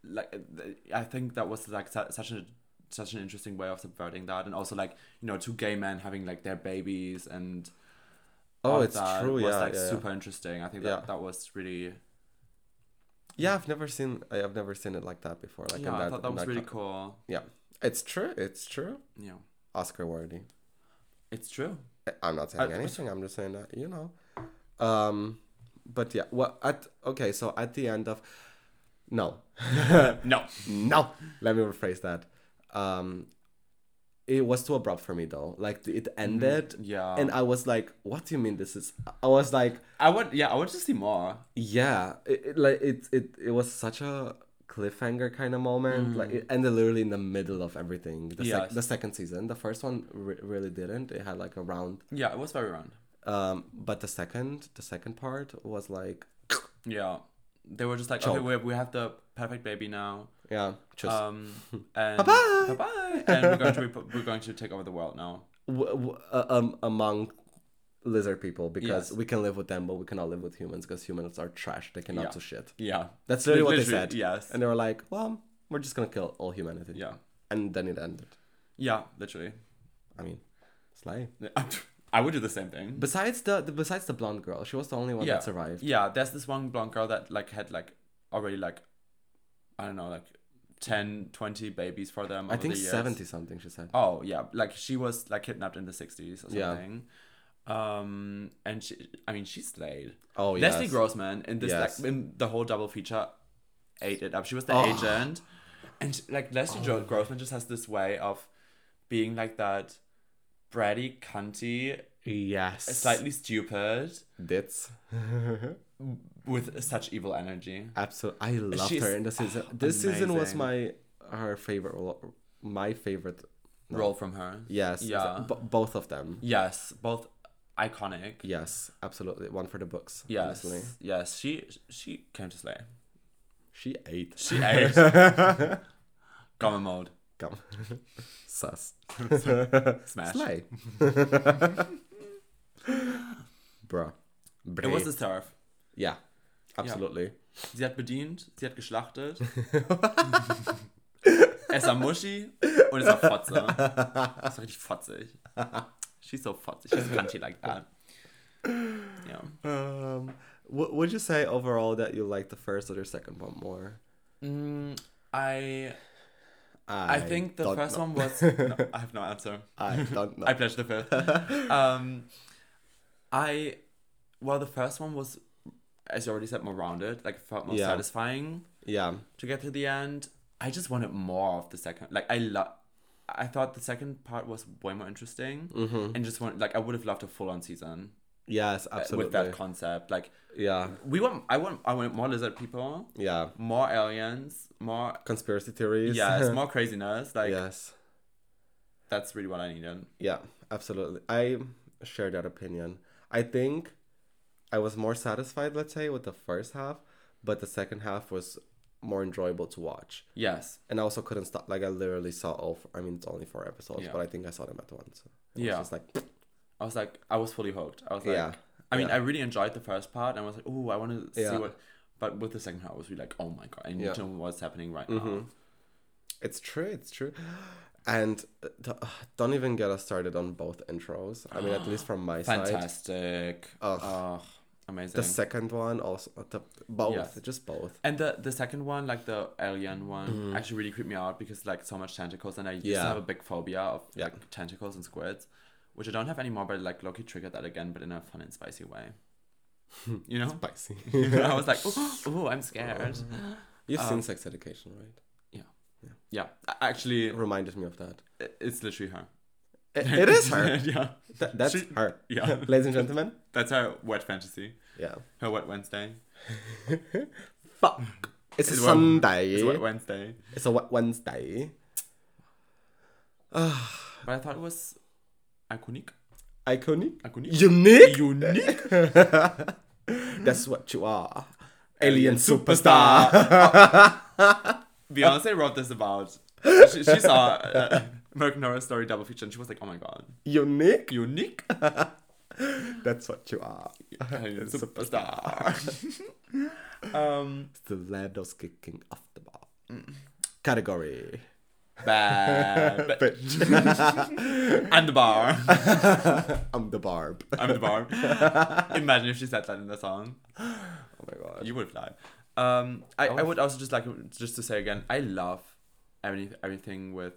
S2: like th- i think that was like su- such a such an interesting way of subverting that and also like you know two gay men having like their babies and all
S1: oh
S2: of
S1: it's
S2: that
S1: true,
S2: was
S1: yeah,
S2: like
S1: yeah, yeah.
S2: super interesting i think that,
S1: Yeah.
S2: that was really
S1: yeah. I've never seen I- I've never seen it like that before. Like
S2: yeah
S1: in that,
S2: i thought that
S1: in
S2: was really
S1: co-
S2: cool
S1: It's true. It's true.
S2: yeah
S1: Oscar worthy.
S2: it's true
S1: I- I'm not saying
S2: I-
S1: anything. I'm just saying that you know. Um, but yeah. Well, at okay. So at the end of, no,
S2: no
S1: no. Let me rephrase that. Um, it was too abrupt for me though. Like it ended,
S2: yeah
S1: and I was like, "What do you mean this is?" I was like,
S2: I would, yeah, I want to see more.
S1: "Yeah." It, it- like it it it was such a cliffhanger kind of moment. Like it ended literally in the middle of everything. The, sec-
S2: Mm. Yes.
S1: the second season, the first one re- really didn't. It had like a round
S2: Yeah, it was very round.
S1: Um, but the second, the second part was like,
S2: Yeah, they were just like, okay,
S1: Choke.
S2: we, we have the perfect baby now.
S1: yeah, just
S2: Um, and
S1: Bye-bye.
S2: bye, and we're going to rep- we're going to take over the world now.
S1: w- w- uh, um, among lizard people because
S2: Yes.
S1: we can live with them, but we cannot live with humans because humans are trash. They cannot
S2: Yeah.
S1: do shit.
S2: Yeah,
S1: That's literally what they
S2: Literally,
S1: said.
S2: Yes.
S1: And they were like, well, we're just gonna kill all humanity.
S2: yeah,
S1: And then it ended.
S2: yeah, literally.
S1: I mean, slay.
S2: I would do the same thing.
S1: Besides the, the besides the blonde girl, she was the only one
S2: Yeah.
S1: that survived.
S2: yeah, there's this one blonde girl that like had like already like, I don't know, like 10, 20 babies for them.
S1: I
S2: over
S1: think
S2: the years.
S1: seventy something. She said.
S2: Oh yeah, like she was like kidnapped in the sixties or
S1: Yeah.
S2: something. Um, and she, I mean, she slayed.
S1: Oh yes.
S2: Leslie Grossman in this
S1: Yes.
S2: like in the whole double feature ate it up. She was the
S1: Oh.
S2: agent, and like Leslie Jo- Grossman just has this way of being like that bratty, cunty,
S1: Yes.
S2: slightly stupid
S1: Dits.
S2: with such evil energy.
S1: Absolutely, I loved
S2: She's-
S1: her in the season.
S2: oh,
S1: this season was
S2: amazing.
S1: my her favorite, ro- my favorite. No.
S2: Role from her.
S1: Yes,
S2: Yeah.
S1: exa- bo- both of them.
S2: Yes, both iconic.
S1: Yes, absolutely. One for the books.
S2: Yes,
S1: honestly.
S2: yes. She she came to slay.
S1: She ate.
S2: She ate Gamma mode.
S1: Come. Sus.
S2: Smash.
S1: Slay. Bruh.
S2: It was the surf.
S1: yeah, absolutely.
S2: Sie hat bedient, sie hat geschlachtet. es war Muschi und es war Fotze. Es war richtig fotzig. She's so fotzig. She's crunchy like that. Yeah.
S1: Um, w- would you say overall that you like the first or the second one more?
S2: Mm, I I, think the
S1: don't
S2: first
S1: know.
S2: one was. No, I have no answer.
S1: I don't know.
S2: I pledge the fifth. um, I well, the first one was, as you already said, more rounded. Like felt more
S1: Yeah.
S2: satisfying
S1: yeah.
S2: to get to the end. I just wanted more of the second. Like I love. I thought the second part was way more interesting,
S1: Mm-hmm.
S2: and just want like I would have loved a full on season
S1: Yes,
S2: uh,
S1: absolutely.
S2: with that concept. Like
S1: yeah.
S2: we want, I want, I want more lizard people,
S1: Yeah.
S2: more aliens, more
S1: Conspiracy theories.
S2: yes, more craziness. Like
S1: yes.
S2: that's really what I needed.
S1: Yeah, absolutely. I share that opinion. I think I was more satisfied, let's say, with the first half, but the second half was more enjoyable to watch.
S2: Yes,
S1: And I also couldn't stop. Like I literally saw all. f I I mean, it's only four episodes,
S2: Yeah.
S1: but I think I saw them at once. It was
S2: Yeah.
S1: just like
S2: I was like, I was fully hooked. I was like,
S1: yeah,
S2: I mean,
S1: yeah.
S2: I really enjoyed the first part, and I was like, oh, I want to
S1: Yeah.
S2: see what. But with the second part, I was really like, oh my god, I need
S1: Yeah. Mm-hmm.
S2: to know what's happening right now.
S1: it's true. It's true. And uh, th- uh, don't even get us started on both intros. I mean, at least from my side,
S2: Fantastic.
S1: Ugh.
S2: Ugh, amazing.
S1: the second one also uh, the, both,
S2: Yes.
S1: just both.
S2: and the the second one, like the alien one, actually really creeped me out because like so much tentacles, and I used
S1: Mm-hmm. Yeah.
S2: to have a big phobia of
S1: Yeah.
S2: like tentacles and squids, which I don't have anymore. But like Loki triggered that again, but in a fun and spicy way. You know,
S1: Spicy.
S2: I was like, oh, I'm scared.
S1: You've seen Sex Education, right?
S2: Yeah, a- actually,
S1: It reminded me of that.
S2: i- it's literally her.
S1: It, it is her.
S2: yeah,
S1: Th- that's
S2: She-
S1: her.
S2: yeah.
S1: Ladies and gentlemen.
S2: That's her wet fantasy.
S1: Yeah.
S2: Her wet Wednesday.
S1: Fuck. It's,
S2: It's
S1: a
S2: wet-
S1: Sunday.
S2: It's wet Wednesday.
S1: It's a wet Wednesday.
S2: But I thought it was iconic.
S1: Iconic.
S2: Iconic.
S1: Unique.
S2: Unique.
S1: That's what you are. Alien superstar.
S2: Superstar. Beyonce wrote this about. She, she saw uh, American Horror Story double feature and she was like, oh my god.
S1: Unique.
S2: Unique.
S1: That's what you are.
S2: Italian superstar. um,
S1: Stilettos kicking off the ball.
S2: Mm.
S1: Category.
S2: bad. bitch.
S1: Bitch.
S2: I'm the bar.
S1: I'm the barb.
S2: I'm the bar. Imagine if she said that in the song.
S1: Oh my god.
S2: You would fly. Um, I, I would also just like just to say again, I love every, everything with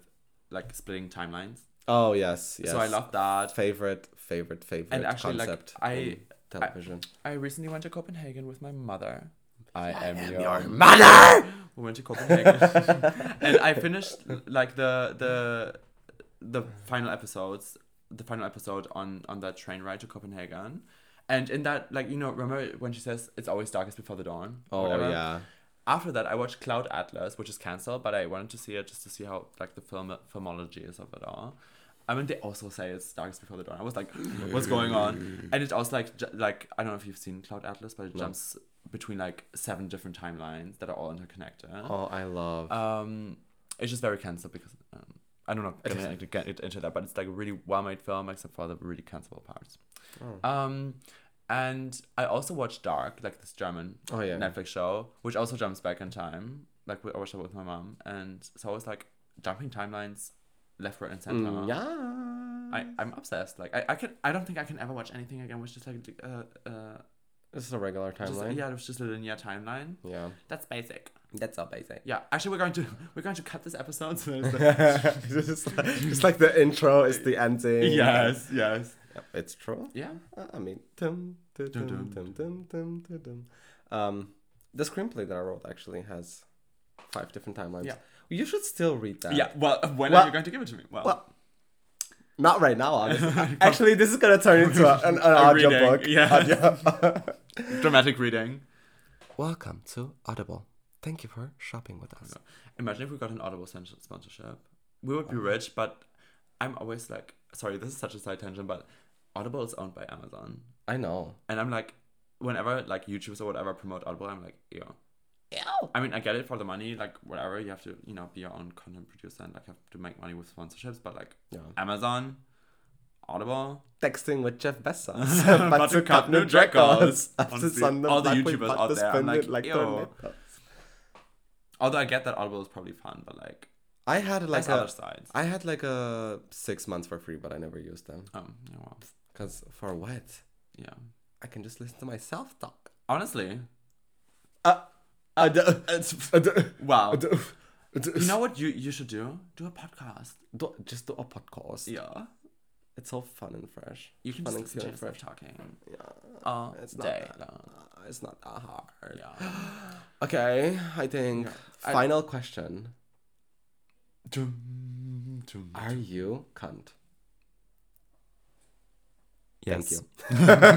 S2: like splitting timelines.
S1: Oh yes, yes.
S2: So I love that.
S1: favorite, favorite, favorite
S2: And actually, like,
S1: concept
S2: I-
S1: in television.
S2: I recently went to Copenhagen with my mother.
S1: I,
S2: am your
S1: mother.
S2: We went to Copenhagen, and I finished like the the the final episodes, the final episode on on that train ride to Copenhagen. And in that, like you know, remember when she says it's always darkest before the dawn? or
S1: Oh
S2: whatever?
S1: yeah,
S2: After that, I watched Cloud Atlas, which is cancelled, but I wanted to see it just to see how like the film filmology is of it all. I mean, they also say it's Darkest Before the Dawn. I was like, what's going on? And it's also like, ju- like I don't know if you've seen Cloud Atlas, but it
S1: No.
S2: jumps between like seven different timelines that are all interconnected.
S1: oh I love.
S2: Um, it's just very cancelled because um, I don't know. I don't
S1: Okay.
S2: like to get it- into that, but it's like a really well-made film, except for the really cancelable parts.
S1: Oh.
S2: Um, and I also watched Dark, like this German
S1: oh yeah,
S2: Netflix show, which also jumps back in time. Like we- I watched it with my mom, and so I was like jumping timelines, left, right, and center.
S1: Mm, yeah.
S2: I, I'm obsessed. Like I, I can I don't think I can ever watch anything again which is like uh uh
S1: this is a regular
S2: just- uh,
S1: timeline.
S2: yeah, it was just a linear timeline.
S1: yeah.
S2: That's basic.
S1: that's all basic.
S2: Yeah. Actually we're going to we're going to cut this episode so there's the-
S1: it's, like, it's like the intro, it's the ending.
S2: Yes, yes.
S1: Yep, it's true.
S2: Yeah.
S1: Uh, I mean, dum, dum, dum,
S2: Dum, dum,
S1: dum, dum, dum, dum, dum. Um, the screenplay that I wrote actually has five different timelines.
S2: Yeah.
S1: You should still read that.
S2: Yeah. Well when
S1: Well-
S2: are you going to give it to me? Well,
S1: Well, Not right now, obviously. Actually, this is gonna turn into a- an, an
S2: A reading,
S1: audiobook.
S2: yeah.
S1: Audio.
S2: dramatic reading.
S1: Welcome to Audible. Thank you for shopping with us.
S2: Imagine if we got an Audible spon- sponsorship. We would be rich, but I'm always like, sorry, this is such a side tangent, but Audible is owned by Amazon,
S1: I know.
S2: and I'm like, whenever like YouTubers or whatever promote Audible, I'm like, yo. I mean, I get it for the money, like whatever. You have to, you know, be your own content producer and like have to make money with sponsorships. But like
S1: Yeah.
S2: Amazon, Audible,
S1: Texting with Jeff Bezos.
S2: But to cut new records.
S1: After
S2: Honestly,
S1: Sunday,
S2: all the
S1: Black Week,
S2: YouTubers
S1: but
S2: out
S1: to
S2: there, I'm
S1: spend
S2: like,
S1: it like
S2: yo.
S1: tornado.
S2: although I get that Audible is probably fun, but like uh,
S1: I had like
S2: there's other
S1: a,
S2: sides.
S1: I had like a six months for free, but I never used them.
S2: Um, yeah, well,
S1: Cause for what?
S2: yeah.
S1: I can just listen to myself talk.
S2: Honestly,
S1: Uh, uh, d- uh, uh, d-
S2: wow.
S1: uh, d- uh, d-
S2: You know what you you should do? Do a podcast.
S1: do, just do a podcast.
S2: Yeah.
S1: It's so fun and fresh.
S2: You can
S1: Fun
S2: just
S1: and
S2: listen to
S1: silly
S2: yourself
S1: fresh.
S2: talking
S1: Yeah,
S2: all
S1: it's not
S2: day
S1: that
S2: long.
S1: uh, it's not that hard.
S2: Yeah.
S1: Okay, I think
S2: Yeah, I-
S1: final question:
S2: Dum, dum.
S1: Are you cunt?
S2: Yes.
S1: Thank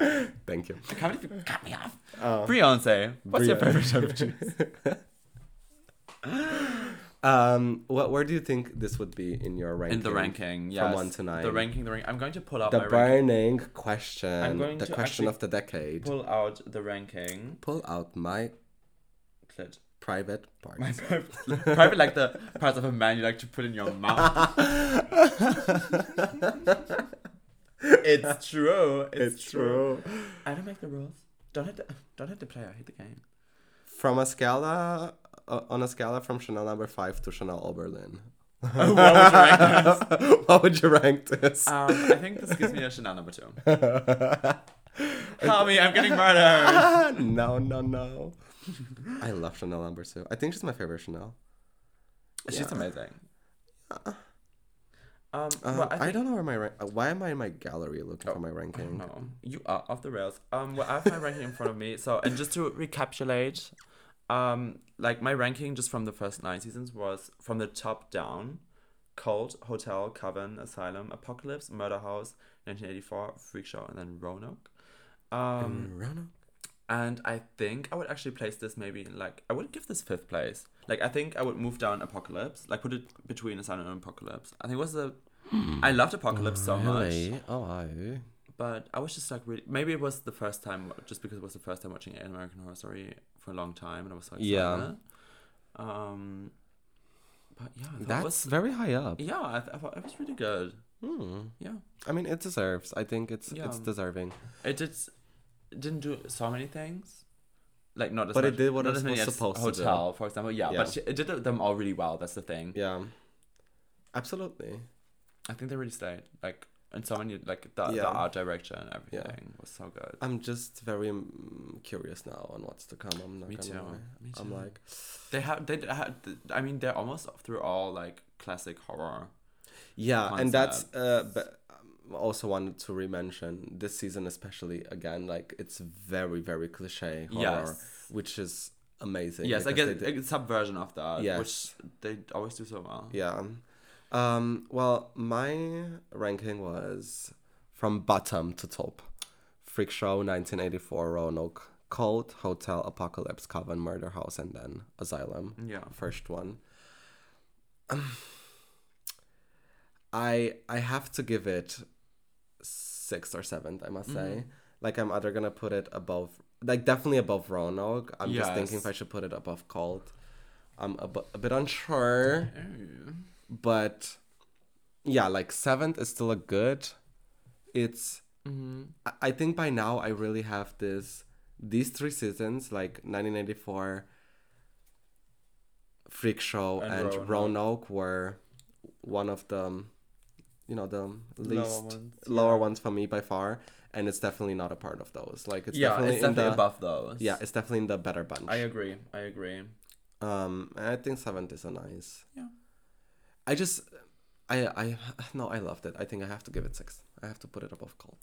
S1: you. Thank you.
S2: I can't believe you cut me off.
S1: Oh.
S2: Beyonce, what's your
S1: Beyonce.
S2: favorite type of cheese?
S1: Um, what where do you think this would be in your ranking?
S2: In the ranking, yes.
S1: one to nine.
S2: The ranking, the ranking. I'm going to pull out
S1: The
S2: my ranking.
S1: burning question.
S2: I'm going
S1: the
S2: to
S1: question
S2: actually
S1: of the decade. Pull,
S2: Pull out the ranking.
S1: out my
S2: Clit.
S1: private parts.
S2: My private, private, like the parts of a man you like to put in your mouth. it's true. It's, true. I don't make the rules. Don't hit the, don't hit the player. Hit the game.
S1: From a scala uh, on a scala from Chanel number five to Chanel Oberlin.
S2: Oh, what was your ranking?
S1: How would you rank this?
S2: Um, I think this gives me a Chanel number two. Help me! I'm getting murdered.
S1: no, no, no. I love Chanel number two. I think she's my favorite Chanel.
S2: She's amazing. Um,
S1: Um,
S2: well,
S1: I,
S2: I think Oh.
S1: don't know where my rank. Why am I in my gallery looking for my
S2: I don't
S1: ranking?
S2: know. Um, You are off the rails. Um, well, I have my ranking in front of me. So, and just to recapitulate, um, like my ranking just from the first nine seasons was from the top down: Cult, Hotel, Coven, Asylum, Apocalypse, Murder House, 1984, Freak Show, and then Roanoke. Um,
S1: Roanoke?
S2: and I think I would actually place this maybe in, like I would give this fifth place. Like I think I would move down Apocalypse, like put it between Asylum and Apocalypse. I think it was the I loved Apocalypse so much.
S1: Really? Oh, I.
S2: But I was just like really. Maybe it was the first time, just because it was the first time watching an American Horror Story for a long time, and I was like,
S1: Yeah.
S2: Um, but yeah, I thought it
S1: That's
S2: was,
S1: very high up.
S2: yeah. I, th- I thought it was really good.
S1: Hmm.
S2: Yeah,
S1: I mean, it deserves. I think it's it's
S2: Yeah.
S1: deserving.
S2: it did. It didn't do so many things, like not as
S1: But it
S2: much-
S1: did what
S2: not
S1: it
S2: as many
S1: was
S2: as
S1: supposed to do.
S2: Hotel, for example. Yeah,
S1: Yeah.
S2: but she, it did them all really well. That's the thing.
S1: Yeah. Absolutely.
S2: I think they really stayed like in so many like the,
S1: Yeah.
S2: the art direction and everything was so good.
S1: I'm just very mm, curious now on what's to come. I'm not
S2: Me
S1: gonna
S2: too.
S1: lie.
S2: Me
S1: I'm
S2: too.
S1: like,
S2: They have they had. I mean, they're almost through all like classic horror.
S1: yeah, and that's
S2: Concept.
S1: uh, but um, also wanted to re-mention this season especially again. Like it's very very cliche horror,
S2: Yes.
S1: which is amazing.
S2: Yes, I
S1: because
S2: guess
S1: they
S2: it's
S1: did-
S2: a subversion of that,
S1: Yes.
S2: which they always do so well.
S1: Yeah. Um, well, my ranking was from bottom to top. Freak Show, 1984, Roanoke, Cold, Hotel, Apocalypse, Coven, Murder House, and then Asylum.
S2: Yeah.
S1: First one. Um, I I have to give it sixth or seventh, I must say. Like I'm either gonna put it above like definitely above Roanoke. I'm just thinking if
S2: Yes.
S1: I should put it above Cold. I'm a bu- a bit unsure but yeah, like seventh is still a good. It's
S2: Mm-hmm.
S1: I- I think by now I really have this these three seasons like 1994, Freak Show,
S2: And
S1: and, Roanoke.
S2: Roanoke.
S1: were one of the you know the least lower ones,
S2: ones,
S1: for me by far, and it's definitely not a part of those. Like it's
S2: yeah,
S1: definitely
S2: it's definitely
S1: in the
S2: above those.
S1: yeah, it's definitely in the better bunch.
S2: I agree. I agree.
S1: Um, and I think seventh is a nice.
S2: Yeah.
S1: I just, I, I, no, I loved it. I think I have to give it six. I have to put it above cold.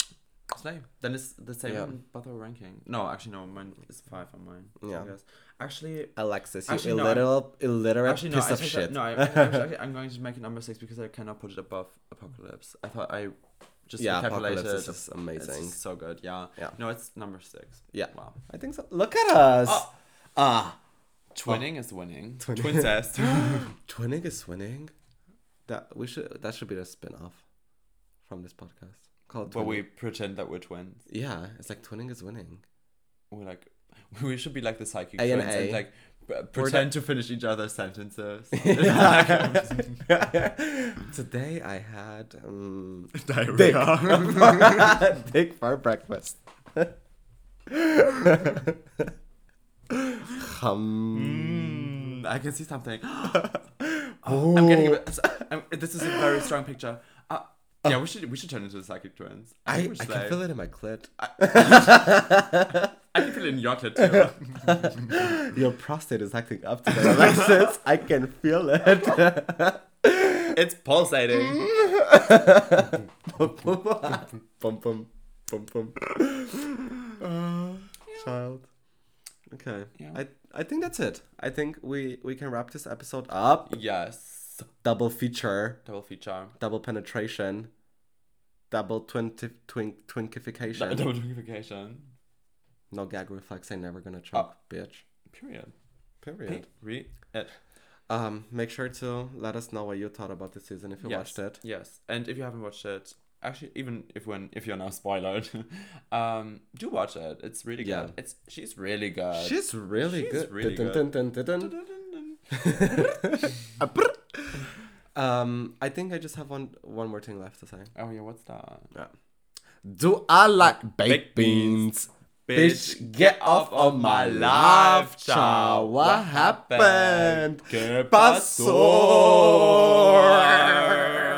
S2: Slay. Then it's the same
S1: Yeah.
S2: above our ranking. No, actually, no. Mine is five on mine.
S1: Yeah.
S2: I guess. Actually,
S1: Alexis, you
S2: Actually, no,
S1: illiterate, illiterate
S2: actually, no.
S1: piece
S2: I
S1: of
S2: take
S1: shit.
S2: That, no, I, actually, actually, I'm going to make it number six because I cannot put it above Apocalypse. I thought I just
S1: yeah,
S2: calculated.
S1: apocalypse is just
S2: It's
S1: amazing.
S2: just so good. Yeah.
S1: Yeah.
S2: No, it's number six.
S1: Yeah.
S2: Wow.
S1: I think so. Look at us.
S2: Oh.
S1: Ah,
S2: Twinning is winning.
S1: Twinning.
S2: Twincest.
S1: twinning is winning. That we should. That should be the spin off from this podcast. called
S2: But
S1: twinning.
S2: we pretend that we're twins.
S1: yeah, it's like twinning is winning.
S2: We're like, we should be like the psychic
S1: A and
S2: twins and
S1: A.
S2: like b- pretend to finish each other's sentences.
S1: Today I had um, dick,
S2: Diarrhea.
S1: dick for breakfast.
S2: Mm.
S1: Hum.
S2: Mm, I can see something. Oh, I'm getting. A bit, I'm, this is a very strong picture. Uh, yeah, we should we should turn into the psychic twins.
S1: I,
S2: think
S1: I
S2: we should,
S1: can
S2: like-
S1: feel it in my clit.
S2: I can feel it in your clit too.
S1: Your prostate is acting up today, Alexis. I can feel it.
S2: it's
S1: Mm-hmm.
S2: pulsating.
S1: Pum pum pum pum. Child. Okay.
S2: Yeah.
S1: I I think that's it. I think we we can wrap this episode up.
S2: yes.
S1: Double feature,
S2: Double feature.
S1: double penetration, double twin twin twinkification.
S2: Double notification.
S1: No gag reflex. I never gonna choke, bitch.
S2: Period.
S1: Oh. Period.
S2: Re- it.
S1: Um, make sure to let us know what you thought about this season if you
S2: yes.
S1: watched it.
S2: Yes. And if you haven't watched it, actually, even if when if you're now spoiled, um, do watch it. It's really
S1: Yeah.
S2: good. It's she's really good.
S1: Uh,
S2: Oh,
S1: She's really
S2: she's
S1: good.
S2: really
S1: Dun,
S2: good.
S1: dun, dun, dun, dun. Um, I think I just have one one more thing left to say.
S2: oh yeah, what's that?
S1: Do I like
S2: baked beans?
S1: Bitch, get off of my life, child. What happened?
S2: ¿Qué
S1: pasó?